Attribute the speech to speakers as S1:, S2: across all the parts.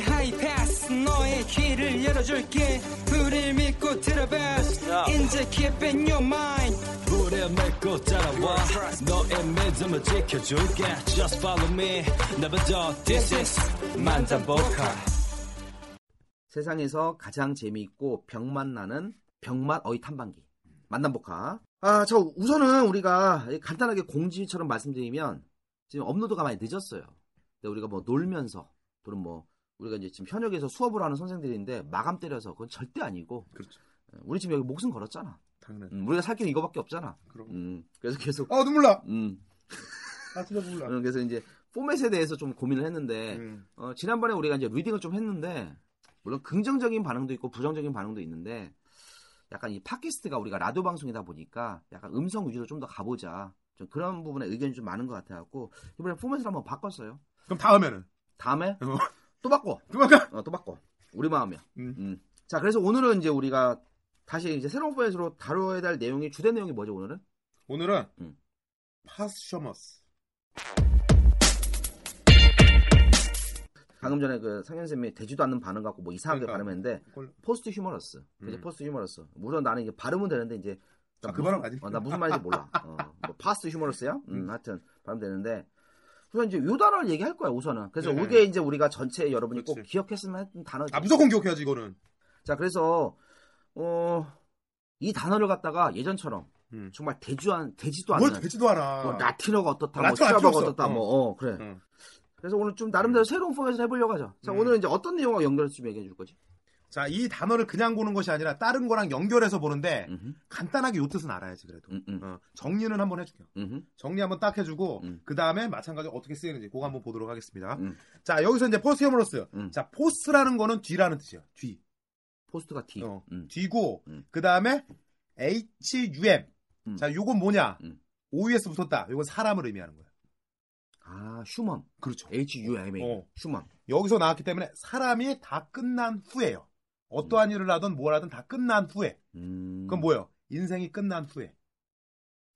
S1: 하이패스 너의 귀를 열어줄게 우릴 믿고 들어봐 이제 keep in your mind
S2: 불에 맺고 따라와 너의 믿음을 지켜줄게 Just follow me Never do This is 만장보카
S3: 세상에서 가장 재미있고 병맛 나는 병맛 어이 탐방기 만남복화 아 저 우선은 우리가 간단하게 공지처럼 말씀드리면 지금 업로드가 많이 늦었어요 근데 우리가 뭐 놀면서 또는 뭐 우리가 이제 지금 현역에서 수업을 하는 선생들인데 마감 때려서 그건 절대 아니고 예,
S4: 그렇죠.
S3: 우리 지금 여기 목숨 걸었잖아
S4: 당연하죠.
S3: 음, 우리가 살 길은 이거밖에 없잖아
S4: 그럼.
S3: 음, 그래서 계속
S4: 아 눈물 나.
S3: 음,
S4: 아 진짜 눈물 나.
S3: 음, 그래서 이제 포맷에 대해서 좀 고민을 했는데
S4: 음.
S3: 어, 지난번에 우리가 이제 리딩을 좀 했는데 물론 긍정적인 반응도 있고 부정적인 반응도 있는데 약간 이 팟캐스트가 우리가 라디오 방송이다 보니까 약간 음성 위주로 좀 더 가보자 좀 그런 부분에 의견이 좀 많은 것 같아갖고 이번에 포맷을 한번 바꿨어요
S4: 그럼 다음에는
S3: 다음에
S4: 어.
S3: 또 바꿔
S4: 그만가.
S3: 어, 또 바꿔 우리 마음이야
S4: 음.
S3: 음. 자 그래서 오늘은 이제 우리가 다시 이제 새로운 포맷으로 다뤄야 될 내용이 주된 내용이 뭐죠 오늘은
S4: 오늘은
S3: 음.
S4: 파스셔머스.
S3: 방금 전에 그 상현쌤이 되지도 않는 반응 갖고 뭐 이상하게
S4: 그러니까.
S3: 발음했는데
S4: 그걸-
S3: 포스트 휴머러스. 이제
S4: 음.
S3: 포스트 휴머러스. 물론 나는 이게 발음은 되는데 이제
S4: 아, 그 발음 아니지?
S3: 어, 나 무슨 말인지 몰라. 어, 뭐 파스트 휴머러스야? 음,
S4: 음.
S3: 하여튼 발음 되는데. 우선 이제 요 단어를 얘기할 거야 우선은. 그래서
S4: 네.
S3: 이게 이제 우리가 전체 여러분이 꼭
S4: 그렇지.
S3: 기억했으면 하는 단어.
S4: 아 무조건 기억해야지 이거는.
S3: 자 그래서 어, 이 단어를 갖다가 예전처럼
S4: 음.
S3: 정말 대주한 되지도 않는
S4: 뭘 되지도 않아.
S3: 뭐 라틴어가 어떻다, 뭐
S4: 라틴어 안
S3: 슈아버가
S4: 필요 없어.
S3: 어떻다,
S4: 어.
S3: 뭐 어, 그래.
S4: 응.
S3: 그래서 오늘 좀 나름대로 새로운 포맷을 해보려고 하죠. 자
S4: 음.
S3: 오늘은 이제 어떤 내용과 연결해서 좀 얘기해 줄 거지?
S4: 자, 이 단어를 그냥 보는 것이 아니라 다른 거랑 연결해서 보는데
S3: 음흠,
S4: 간단하게 요 뜻은 알아야지 그래도.
S3: 음, 음,
S4: 어, 정리는 한번 해줄게요.
S3: 음흠.
S4: 정리 한번 딱 해주고
S3: 음.
S4: 그 다음에 마찬가지로 어떻게 쓰이는지 그거 한번 보도록 하겠습니다.
S3: 음.
S4: 자, 여기서 이제 포스트 휴머러스.
S3: 음.
S4: 자, 포스라는 거는 뒤라는 뜻이야. 뒤.
S3: 포스트가 D.
S4: 어.
S3: 음.
S4: 뒤고
S3: 음.
S4: 그 다음에 HUM.
S3: 음.
S4: 자, 요건 뭐냐?
S3: 음.
S4: OUS 붙었다. 요건 사람을 의미하는 거야.
S3: 아, 휴먼.
S4: 그렇죠.
S3: H U M A.
S4: 어.
S3: 휴먼.
S4: 여기서 나왔기 때문에 사람이 다 끝난 후에요. 어떠한 일을 하든 뭘 하든 다 끝난 후에.
S3: 음.
S4: 그건 뭐예요? 인생이 끝난 후에.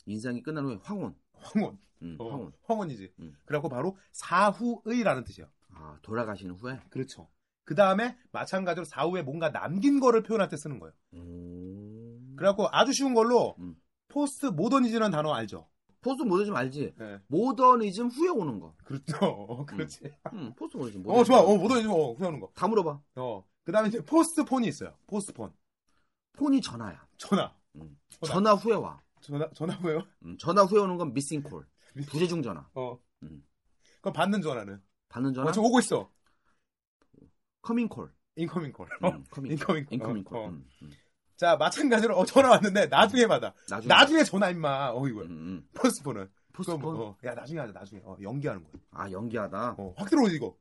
S3: 인상이 끝난 후에 황혼.
S4: 황혼.
S3: 음,
S4: 어,
S3: 황혼.
S4: 황혼이지.
S3: 음.
S4: 그래갖고 바로 사후의라는 뜻이에요.
S3: 아, 돌아가신 후에.
S4: 그렇죠. 그 다음에 마찬가지로 사후에 뭔가 남긴 거를 표현할 때 쓰는 거예요.
S3: 음.
S4: 그래갖고 아주 쉬운 걸로
S3: 음.
S4: 포스트 모더니즘이라는 단어 알죠?
S3: 포스트 모더니즘 알지? 모더니즘 후에 오는 거.
S4: 그렇죠. 어, 그렇지.
S3: 네. 음, 포스트 모더니즘.
S4: 어, 좋아. 어, 모더니즘. 어, 그냥 하는 거.
S3: 다 물어봐.
S4: 어. 그 다음에 이제 포스트폰이 있어요. 포스트폰.
S3: 폰이 전화야.
S4: 전화.
S3: 음.
S4: 전화.
S3: 전화 후에 와.
S4: 전화, 전화 뭐예요?
S3: 음, 전화 후에 오는 건 미싱 콜. 부재중 전화.
S4: 어.
S3: 음.
S4: 그럼 받는 전화는?
S3: 받는 전화.
S4: 어, 저 오고 있어.
S3: 커밍 콜.
S4: 인커밍 콜. 어.
S3: 음, 커밍 콜.
S4: 인커밍 콜.
S3: 인커밍
S4: 어,
S3: 콜.
S4: 어.
S3: 음, 음.
S4: 자, 마찬가지로 어, 전화 왔는데 나중에 받아.
S3: 나중에.
S4: 나중에 전화 임마. 어, 이거.
S3: 음,
S4: 야
S3: 음.
S4: 포스트폰은.
S3: 포스트
S4: 그럼,
S3: 폰.
S4: 어, 야, 나중에 하자. 나중에. 어, 연기하는 거야.
S3: 아, 연기하다.
S4: 어, 확 들어오지 이거.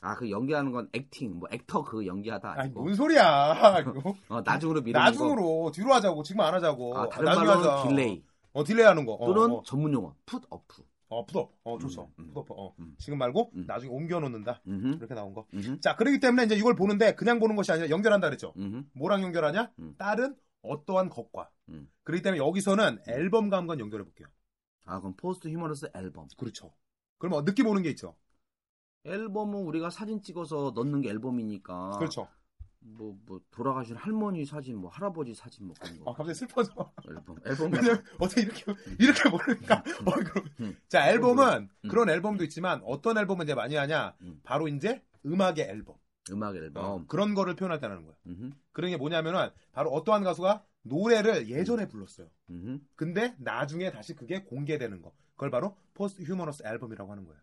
S3: 아, 그 연기하는 건 액팅, 뭐 액터 그 연기하다
S4: 아니,
S3: 아니고.
S4: 뭔 소리야. 이거.
S3: 어, 나중으로 미루는 거.
S4: 나중으로 뒤로 하자고 지금 안 하자고. 어,
S3: 아, 다른
S4: 나중에
S3: 말로는
S4: 하자.
S3: 딜레이
S4: 어, 딜레이 하는 거. 어,
S3: 또는
S4: 어,
S3: 전문 용어 풋어프.
S4: 어, 푸업. 어, 좋죠.
S3: 음, 음.
S4: 푸업. 어.
S3: 음.
S4: 지금 말고
S3: 음.
S4: 나중에 옮겨 놓는다.
S3: 음흠,
S4: 이렇게 나온 거.
S3: 음흠,
S4: 자, 그러기 때문에 이제 이걸 보는데 그냥 보는 것이 아니라 연결한다 그랬죠.
S3: 음흠.
S4: 뭐랑 연결하냐?
S3: 음.
S4: 다른 어떠한 것과.
S3: 음.
S4: 그렇기 때문에 여기서는 앨범과 한번 연결해 볼게요.
S3: 아, 그럼 포스트 휴머러스 앨범.
S4: 그렇죠. 그럼 어, 느낌 오는 게 있죠.
S3: 앨범은 우리가 사진 찍어서 넣는 게 앨범이니까.
S4: 그렇죠.
S3: 뭐, 뭐 돌아가신 할머니 사진, 뭐 할아버지 사진 뭐 그런 거.
S4: 아, 갑자기 슬퍼져.
S3: 앨범. 앨범.
S4: 왜냐면 어떻게 이렇게 이렇게 모르니까.
S3: 음.
S4: 어, 그럼.
S3: 음.
S4: 자, 앨범은
S3: 음.
S4: 그런 앨범도 있지만 어떤 앨범을 이제 많이 하냐?
S3: 음.
S4: 바로 이제 음악의 앨범.
S3: 음악
S4: 어,
S3: 앨범.
S4: 그런 거를 표현할 때라는 거야.
S3: 음흠,
S4: 그런 게 뭐냐면은 바로 어떠한 가수가 노래를 예전에 불렀어요.
S3: 음흠.
S4: 근데 나중에 다시 그게 공개되는 거. 그걸 바로 포스트 휴머러스 앨범이라고 하는 거예요.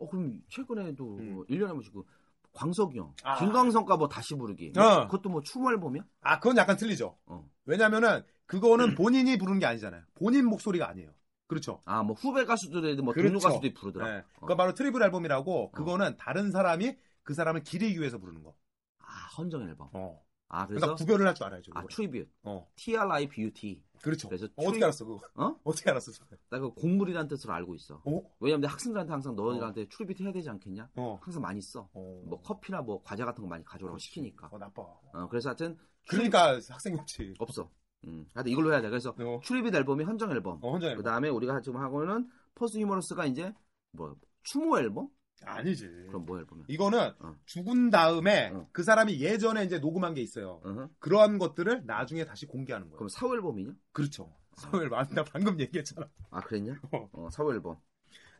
S3: 어, 그럼 최근에도
S4: 음.
S3: 뭐 1년에 한 번씩 그 광석이 형,
S4: 아.
S3: 김광석과 뭐 다시 부르기.
S4: 어.
S3: 그것도 뭐 춤을 보면?
S4: 아, 그건 약간 틀리죠.
S3: 어. 음.
S4: 왜냐면은 그거는 본인이 부르는 게 아니잖아요. 본인 목소리가 아니에요. 그렇죠.
S3: 아, 뭐 후배 가수들에 뭐
S4: 그렇죠.
S3: 동료 가수들이 부르더라. 어.
S4: 네. 그건 바로 트리블 앨범이라고 그거는 다른 사람이 그 사람을 기리기 위해서 부르는 거.
S3: 아, 헌정 앨범.
S4: 어.
S3: 아, 그래서
S4: 그러니까 구별을 할 줄 알아야죠.
S3: 아,
S4: 그거는.
S3: 트리뷰.
S4: 어.
S3: TRI Beauty.
S4: 그렇죠.
S3: 그래서
S4: 어, 떻게
S3: 추리-
S4: 알았어 그거?
S3: 어?
S4: 어떻게 알았어?
S3: 나 그 곡물이란 뜻을 알고 있어.
S4: 어?
S3: 왜냐면 내가 학생들한테 항상 너희들한테 트리뷰트 해야 되지 않겠냐?
S4: 어.
S3: 항상 많이 써.
S4: 어.
S3: 뭐 커피나 뭐 과자 같은 거 많이 가져오라고 시키니까.
S4: 어, 나빠.
S3: 어, 그래서 하여튼
S4: 그러니까 학생 없지.
S3: 없어. 음. 하여튼 이걸로 해야 돼. 그래서
S4: 어.
S3: 출입이 앨범이 헌정 앨범.
S4: 어, 혼자 앨범.
S3: 그 다음에 우리가 지금 하고는 포스 휴머러스가 이제 뭐 추모 앨범?
S4: 아니지.
S3: 그럼 뭐 앨범이야?
S4: 이거는
S3: 어.
S4: 죽은 다음에
S3: 어.
S4: 그 사람이 예전에 이제 녹음한 게 있어요.
S3: 어허.
S4: 그러한 것들을 나중에 다시 공개하는 거예요.
S3: 그럼 어. 사후 앨범이냐?
S4: 그렇죠. 서열 맞나 방금 얘기했잖아.
S3: 아 그랬냐?
S4: 어.
S3: 어, 사후 앨범.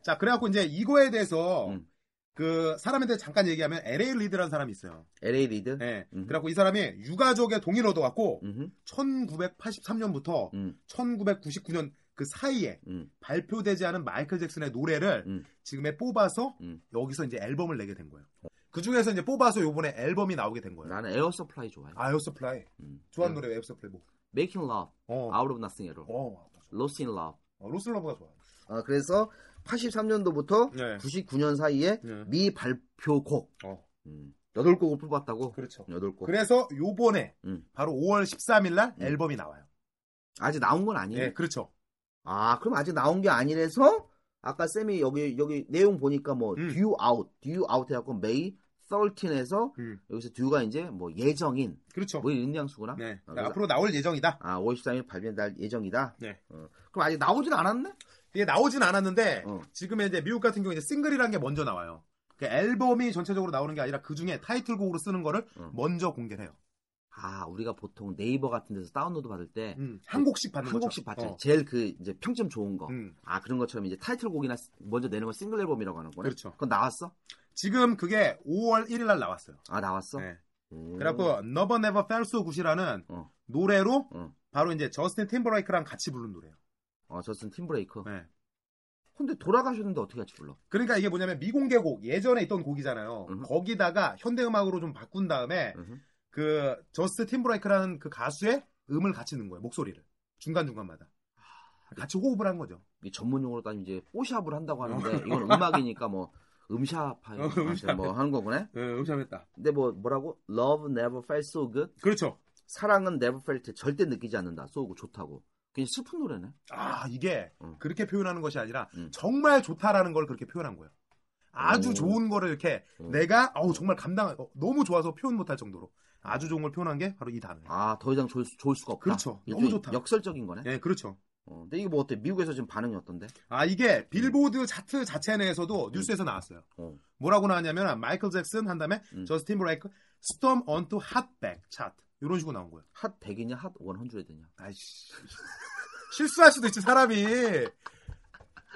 S4: 자, 그래갖고 이제 이거에 대해서
S3: 음.
S4: 그 사람에 대해 잠깐 얘기하면 LA 리드라는 사람이 있어요.
S3: LA 리드.
S4: 예.
S3: 음.
S4: 그래갖고 이 사람이 유가족의 동의를 얻어갖고
S3: 음.
S4: 1983년부터
S3: 음.
S4: 1999년 그 사이에
S3: 음.
S4: 발표되지 않은 마이클 잭슨의 노래를
S3: 음.
S4: 지금에 뽑아서
S3: 음.
S4: 여기서 이제 앨범을 내게 된 거예요. 그 중에서 이제 뽑아서 요번에 앨범이 나오게 된 거예요.
S3: 나는 에어 서플라이 좋아해.
S4: 아이오서플라이
S3: 음. 아.
S4: 좋아하는 노래 에어서플라이 뭐.
S3: Making Love,
S4: 어.
S3: Out of Nothing at All,
S4: 어.
S3: Lost in Love.
S4: 어, 로슬러브가 좋아.
S3: 아 그래서 83년도부터
S4: 네.
S3: 99년 사이에
S4: 네.
S3: 미 발표곡
S4: 어.
S3: 음, 8곡을 뽑았다고.
S4: 그렇죠.
S3: 8곡.
S4: 그래서 요번에
S3: 음.
S4: 바로 5월 13일 날
S3: 음.
S4: 앨범이 나와요.
S3: 아직 나온 건 아니에요.
S4: 예, 그렇죠.
S3: 아, 그럼 아직 나온 게 아니라서 아까 쌤이 여기 여기 내용 보니까 뭐
S4: 음.
S3: due out, due out 해갖고 May 13에서
S4: 음.
S3: 여기서 due가 이제 뭐 예정인
S4: 그렇죠.
S3: 뭐 인양수구나.
S4: 네.
S3: 아,
S4: 그러니까
S3: 그래서-
S4: 앞으로 나올 예정이다.
S3: 아, 5 3일 발매될 예정이다.
S4: 네.
S3: 어, 그럼 아직 나오진 않았네?
S4: 이게 나오진 않았는데
S3: 어.
S4: 지금 이제 미국 같은 경우에 이제 싱글이라는 게 먼저 나와요. 그 앨범이 전체적으로 나오는 게 아니라 그 중에 타이틀곡으로 쓰는 거를
S3: 어.
S4: 먼저 공개해요.
S3: 아, 우리가 보통 네이버 같은 데서 다운로드 받을 때 한
S4: 음, 한 곡씩 받는 거죠.
S3: 곡씩 받잖아요.
S4: 어.
S3: 제일 그 이제 평점 좋은 거.
S4: 음.
S3: 아, 그런 것처럼 이제 타이틀곡이나 먼저 내는 건 싱글 앨범이라고 하는 거네.
S4: 그렇죠.
S3: 그건 나왔어?
S4: 지금 그게 5월 1일 날 나왔어요.
S3: 아, 나왔어? 음.
S4: 네.
S3: 오.
S4: 그래갖고 Never Never Felt So Good이라는
S3: 어.
S4: 노래로
S3: 어.
S4: 바로 이제 저스틴 팀버레이크랑 같이 부른 노래예요.
S3: 어, 저슨 팀브레이커.
S4: 네.
S3: 근데 돌아가셨는데 어떻게 같이 불러?
S4: 그러니까 이게 뭐냐면 미공개곡 예전에 있던 곡이잖아요.
S3: 음흠.
S4: 거기다가 현대음악으로 좀 바꾼 다음에
S3: 음흠.
S4: 그 저스트 팀브레이크라는 그 가수의 음을 같이 넣은 거예요. 목소리를 중간 중간마다 같이 호흡을 한 거죠.
S3: 이 전문 용어로 따지면 이제 뽀샵을 한다고 하는데 이건 음악이니까 뭐 음샵
S4: 어,
S3: 하여튼
S4: 음샵.
S3: 뭐 하는 거구나.
S4: 네, 음샵했다.
S3: 근데 뭐 뭐라고? Love never felt so good.
S4: 그렇죠.
S3: 사랑은 never felt 절대 느끼지 않는다. 쏘고 좋다고. 그냥 슬픈 노래네.
S4: 아 이게
S3: 음.
S4: 그렇게 표현하는 것이 아니라
S3: 음.
S4: 정말 좋다라는 걸 그렇게 표현한 거예요. 아주
S3: 오.
S4: 좋은 거를 이렇게
S3: 음.
S4: 내가 어우 정말 감당 어, 너무 좋아서 표현 못할 정도로 아주 좋은 걸 표현한 게 바로 이 단어예요.
S3: 아, 더 이상 좋을, 수- 좋을 수가 없다.
S4: 그렇죠. 너무
S3: 일종의
S4: 좋다.
S3: 역설적인 거네.
S4: 네, 그렇죠.
S3: 어, 근데 이게 뭐 어때? 미국에서 지금 반응이 어떤데?
S4: 아 이게 빌보드 차트 자체 내에서도 뉴스에서 나왔어요.
S3: 음. 어.
S4: 뭐라고 나왔냐면 마이클 잭슨 한 다음에
S3: 음.
S4: 저스틴 브레이크 스톰 언투 핫백 차트 이런 식으로 나온 거예요.
S3: 핫 100이냐 핫 100이 되냐?
S4: 아이씨 실수할 수도 있지 사람이.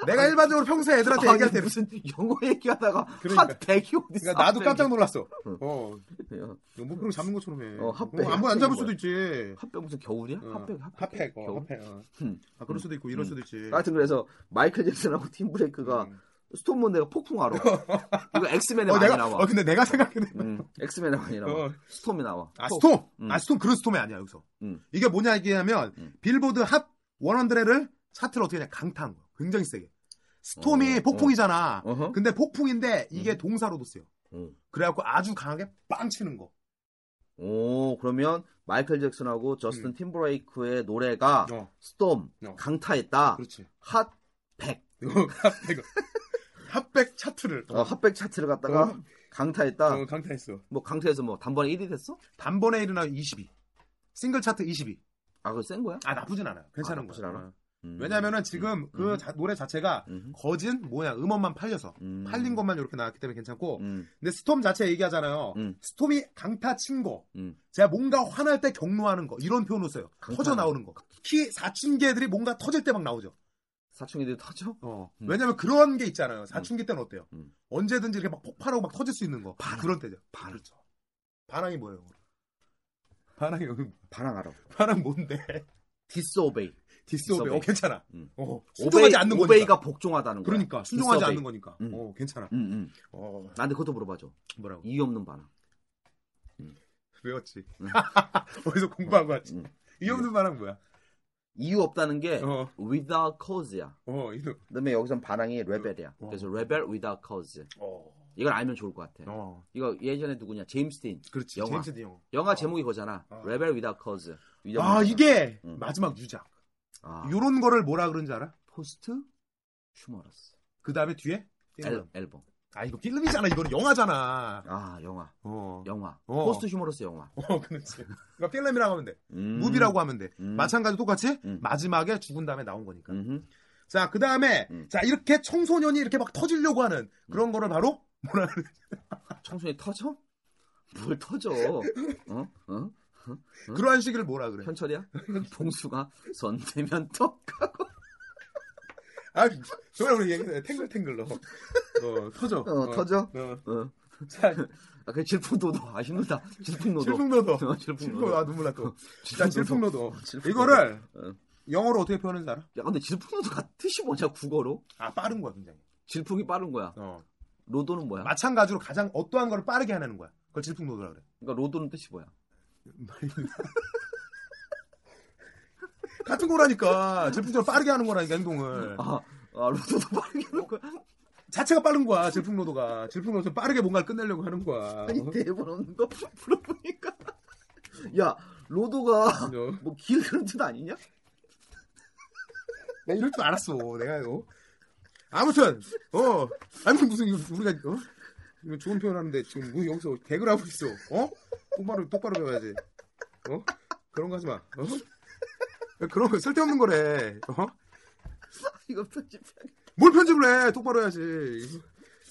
S4: 내가 일반적으로 평소에 애들한테
S3: 아니,
S4: 얘기할 때
S3: 무슨 영어 얘기하다가
S4: 그러니까.
S3: 핫 100이 어디 있어?
S4: 그러니까 나도 깜짝 놀랐어. 어,
S3: 놀랐어.
S4: 이거 목표를 잡는 것처럼 해.
S3: 어, 핫백.
S4: 아무 안 잡을
S3: 핫백이
S4: 수도 있지.
S3: 핫100 무슨 겨울이야?
S4: 어,
S3: 핫100
S4: 핫팩, 어,
S3: 겨울?
S4: 핫팩. 어.
S3: 음.
S4: 아, 그럴 수도 있고
S3: 음.
S4: 이럴 수도 있지.
S3: 하여튼 그래서 마이클 잭슨하고 팀 브레이크가
S4: 음.
S3: 스톰몬드가 폭풍하러 이거 엑스맨에
S4: 어,
S3: 많이
S4: 내가,
S3: 나와
S4: 어, 근데 내가 생각해도
S3: 음, 엑스맨에 많이 나와
S4: 어.
S3: 스톰이 나와
S4: 아, 스톰!
S3: 음.
S4: 아, 스톰, 그런 스톰이 아니야, 여기서.
S3: 음.
S4: 이게 뭐냐, 얘기하면,
S3: 음.
S4: 빌보드 핫 100를 차트를 어떻게 그냥 강타한 거야. 굉장히 세게. 스톰이
S3: 어,
S4: 폭풍이잖아.
S3: 어허.
S4: 근데 폭풍인데, 이게 동사로도 쓰여.
S3: 음.
S4: 그래갖고 아주 강하게 빵 치는 거.
S3: 오 그러면 마이클 잭슨하고 저스틴 팀브레이크의 노래가
S4: 음. 어.
S3: 스톰
S4: 어.
S3: 강타했다
S4: 그렇지.
S3: 핫 100,
S4: 핫백, 핫백 차트를.
S3: 어, 핫백 차트를 갖다가
S4: 어.
S3: 강타했다.
S4: 어, 강타했어.
S3: 뭐 강타해서 뭐 단번에 1위 됐어?
S4: 단번에 일어나 22. 싱글 차트 22.
S3: 아, 그거 센 거야?
S4: 아, 나쁘진 않아요. 괜찮은
S3: 아, 나쁘진
S4: 거야.
S3: 않아?
S4: 어.
S3: 음.
S4: 왜냐면은 지금 그
S3: 음.
S4: 자- 노래 자체가
S3: 음.
S4: 거진 뭐냐 음원만 팔려서
S3: 음.
S4: 팔린 것만 이렇게 나왔기 때문에 괜찮고
S3: 음.
S4: 근데 스톰 자체 얘기하잖아요.
S3: 음.
S4: 스톰이 강타 친 거.
S3: 음.
S4: 제가 뭔가 화날 때 경로하는 거. 이런 표현을 써요.
S3: 강타.
S4: 터져 나오는 거. 특히 사춘기 애들이 뭔가 터질 때 막 나오죠.
S3: 사춘기들이 터져?
S4: 어.
S3: 음.
S4: 왜냐면 그런 게 있잖아요. 사춘기 때는 어때요?
S3: 음.
S4: 언제든지 이렇게 막 폭발하고 막 터질 수 있는 거.
S3: 반항.
S4: 그런 때죠.
S3: 반항.
S4: 그렇죠. 반항이 뭐예요? 반항이
S3: 반항하라고.
S4: 반항 뭔데?
S3: 디스오베이.
S4: 디스오베. 어,
S3: 디스오베이.
S4: 괜찮아.
S3: 음.
S4: 어, 순종하지 않는 거니까.
S3: 오베이가 복종하다는 거야.
S4: 그러니까 순종하지
S3: 디스오베이.
S4: 않는 거니까.
S3: 음.
S4: 어, 괜찮아.
S3: 응, 응.
S4: 어,
S3: 나한테 그것도 물어봐줘.
S4: 뭐라고?
S3: 이유 없는 바나.
S4: 외웠지.
S3: 음.
S4: 어디서 공부한 거 같지?
S3: 음.
S4: 이 없는 말은 뭐야?
S3: 이유 없다는 게
S4: 어,
S3: without cause야.
S4: 어, 이놈.
S3: 그다음에 여기선 반항이 레벨이야.
S4: 어.
S3: 그래서 레벨 without cause.
S4: 어,
S3: 이걸 알면 좋을 것 같아.
S4: 어,
S3: 이거 예전에 누구냐? 제임스 딘.
S4: 그렇지.
S3: 영화.
S4: 제임스 딘 영화.
S3: 영화 제목이 그거잖아.
S4: 어.
S3: 레벨 without cause.
S4: 아, 이게
S3: 음.
S4: 마지막 유작.
S3: 아,
S4: 요런 거를 뭐라 그런지 알아?
S3: 포스트 휴머러스.
S4: 그 다음에 뒤에?
S3: 앨,
S4: 필름.
S3: 앨범.
S4: 아, 이거 필름이잖아. 이거는 영화잖아.
S3: 아, 영화.
S4: 어,
S3: 영화.
S4: 어.
S3: 포스트 휴머러스 영화.
S4: 어, 그렇지. 그러니까 필름이라고 하면 돼.
S3: 음.
S4: 무비라고 하면 돼.
S3: 음.
S4: 마찬가지 로 똑같이
S3: 음.
S4: 마지막에 죽은 다음에 나온 거니까.
S3: 음흠.
S4: 자, 그 다음에, 음.
S3: 음.
S4: 자, 이렇게 청소년이 이렇게 막 터지려고 하는 그런 거를 바로, 뭐라 그래.
S3: 청소년이 터져? 뭘 터져? 어? 어? 응?
S4: 그러한 시기를 뭐라 그래.
S3: 현철이야? 봉수가 선대면 어, 떡하고
S4: 아, 저번에 우리 얘기했잖아. 탱글탱글로. 어, 터져.
S3: 어, 터져?
S4: 어.
S3: 어.
S4: 자,
S3: 아, 그 질풍노도. 아, 힘들다. 질풍노도.
S4: 질풍노도.
S3: 어,
S4: 질풍노도.
S3: 질풍노도.
S4: 아, 눈물 났다. 자,
S3: 질풍노도.
S4: 질풍노도.
S3: 질풍노도.
S4: 이거를
S3: 어.
S4: 영어로 어떻게 표현하는지 알아?
S3: 야, 근데 질풍노도가 뜻이 뭐냐, 국어로?
S4: 아, 빠른 거야, 굉장히.
S3: 질풍이 빠른 거야.
S4: 어.
S3: 로도는 뭐야?
S4: 마찬가지로 가장 어떠한 거를 빠르게 하는 거야. 그걸 질풍노도라 그래.
S3: 그러니까 로도는 뜻이 뭐야?
S4: 같은 거라니까. 질풍처럼 빠르게 하는 거라니까, 행동을.
S3: 아, 아 로도도 빠르게 하는 거야?
S4: 자체가 빠른 거야, 질풍노도가. 질풍노도는 빠르게 뭔가를 끝내려고 하는 거야.
S3: 아니, 대본 없는 거 물어보니까. 야, 로도가
S4: 어.
S3: 뭐길 그런 뜻 아니냐?
S4: 내가 이럴 줄 알았어. 내가 이거. 아무튼 어 아무튼 무슨 이거 우리가 어 이거 좋은 표현하는데 지금 뭐 여기서 개그를 하고 있어. 어 똑바로 똑바로 배워야지. 어 그런 거 하지 마. 어 그런 거 쓸데없는 거래. 어뭘
S3: 이거 편집해.
S4: 편집을 해. 똑바로 해야지.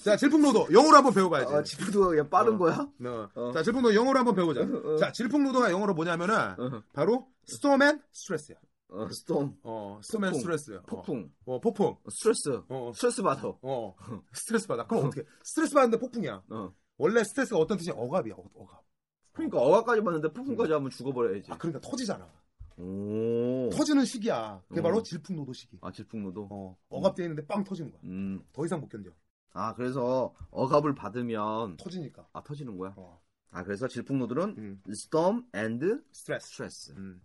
S4: 자 질풍노도 영어로 한번 배워봐야지.
S3: 아, 질풍노도가 그냥 빠른
S4: 어.
S3: 거야?
S4: 어.
S3: 어.
S4: 자 질풍노도 영어로 한번 배우자.
S3: 어, 어.
S4: 자 질풍노도가 영어로 뭐냐면은
S3: 어.
S4: 바로 storm and stress야.
S3: 어, 스톰.
S4: 어 storm and
S3: 폭풍.
S4: stress.
S3: 폭풍.
S4: 어, 어 폭풍.
S3: 스트레스.
S4: 어.
S3: 스트레스 받아.
S4: 어 스트레스 받아. 그럼 어떻게? 스트레스 받는데 폭풍이야.
S3: 어.
S4: 원래 스트레스가 어떤 뜻이야? 억압이야. 어, 억압.
S3: 그러니까 어학까지 봤는데 폭풍까지 하면 죽어버려야지.
S4: 아 그러니까 터지잖아.
S3: 오.
S4: 터지는 시기야. 그게
S3: 어.
S4: 바로 질풍노도 시기.
S3: 아 질풍노도.
S4: 어, 억압돼 있는데 빵 터지는 거야.
S3: 음.
S4: 더 이상 못 견뎌.
S3: 아 그래서 억압을 받으면
S4: 터지니까.
S3: 아 터지는 거야.
S4: 어.
S3: 아 그래서 질풍노도는
S4: 음.
S3: storm and
S4: 스트레스.
S3: stress.
S4: 음.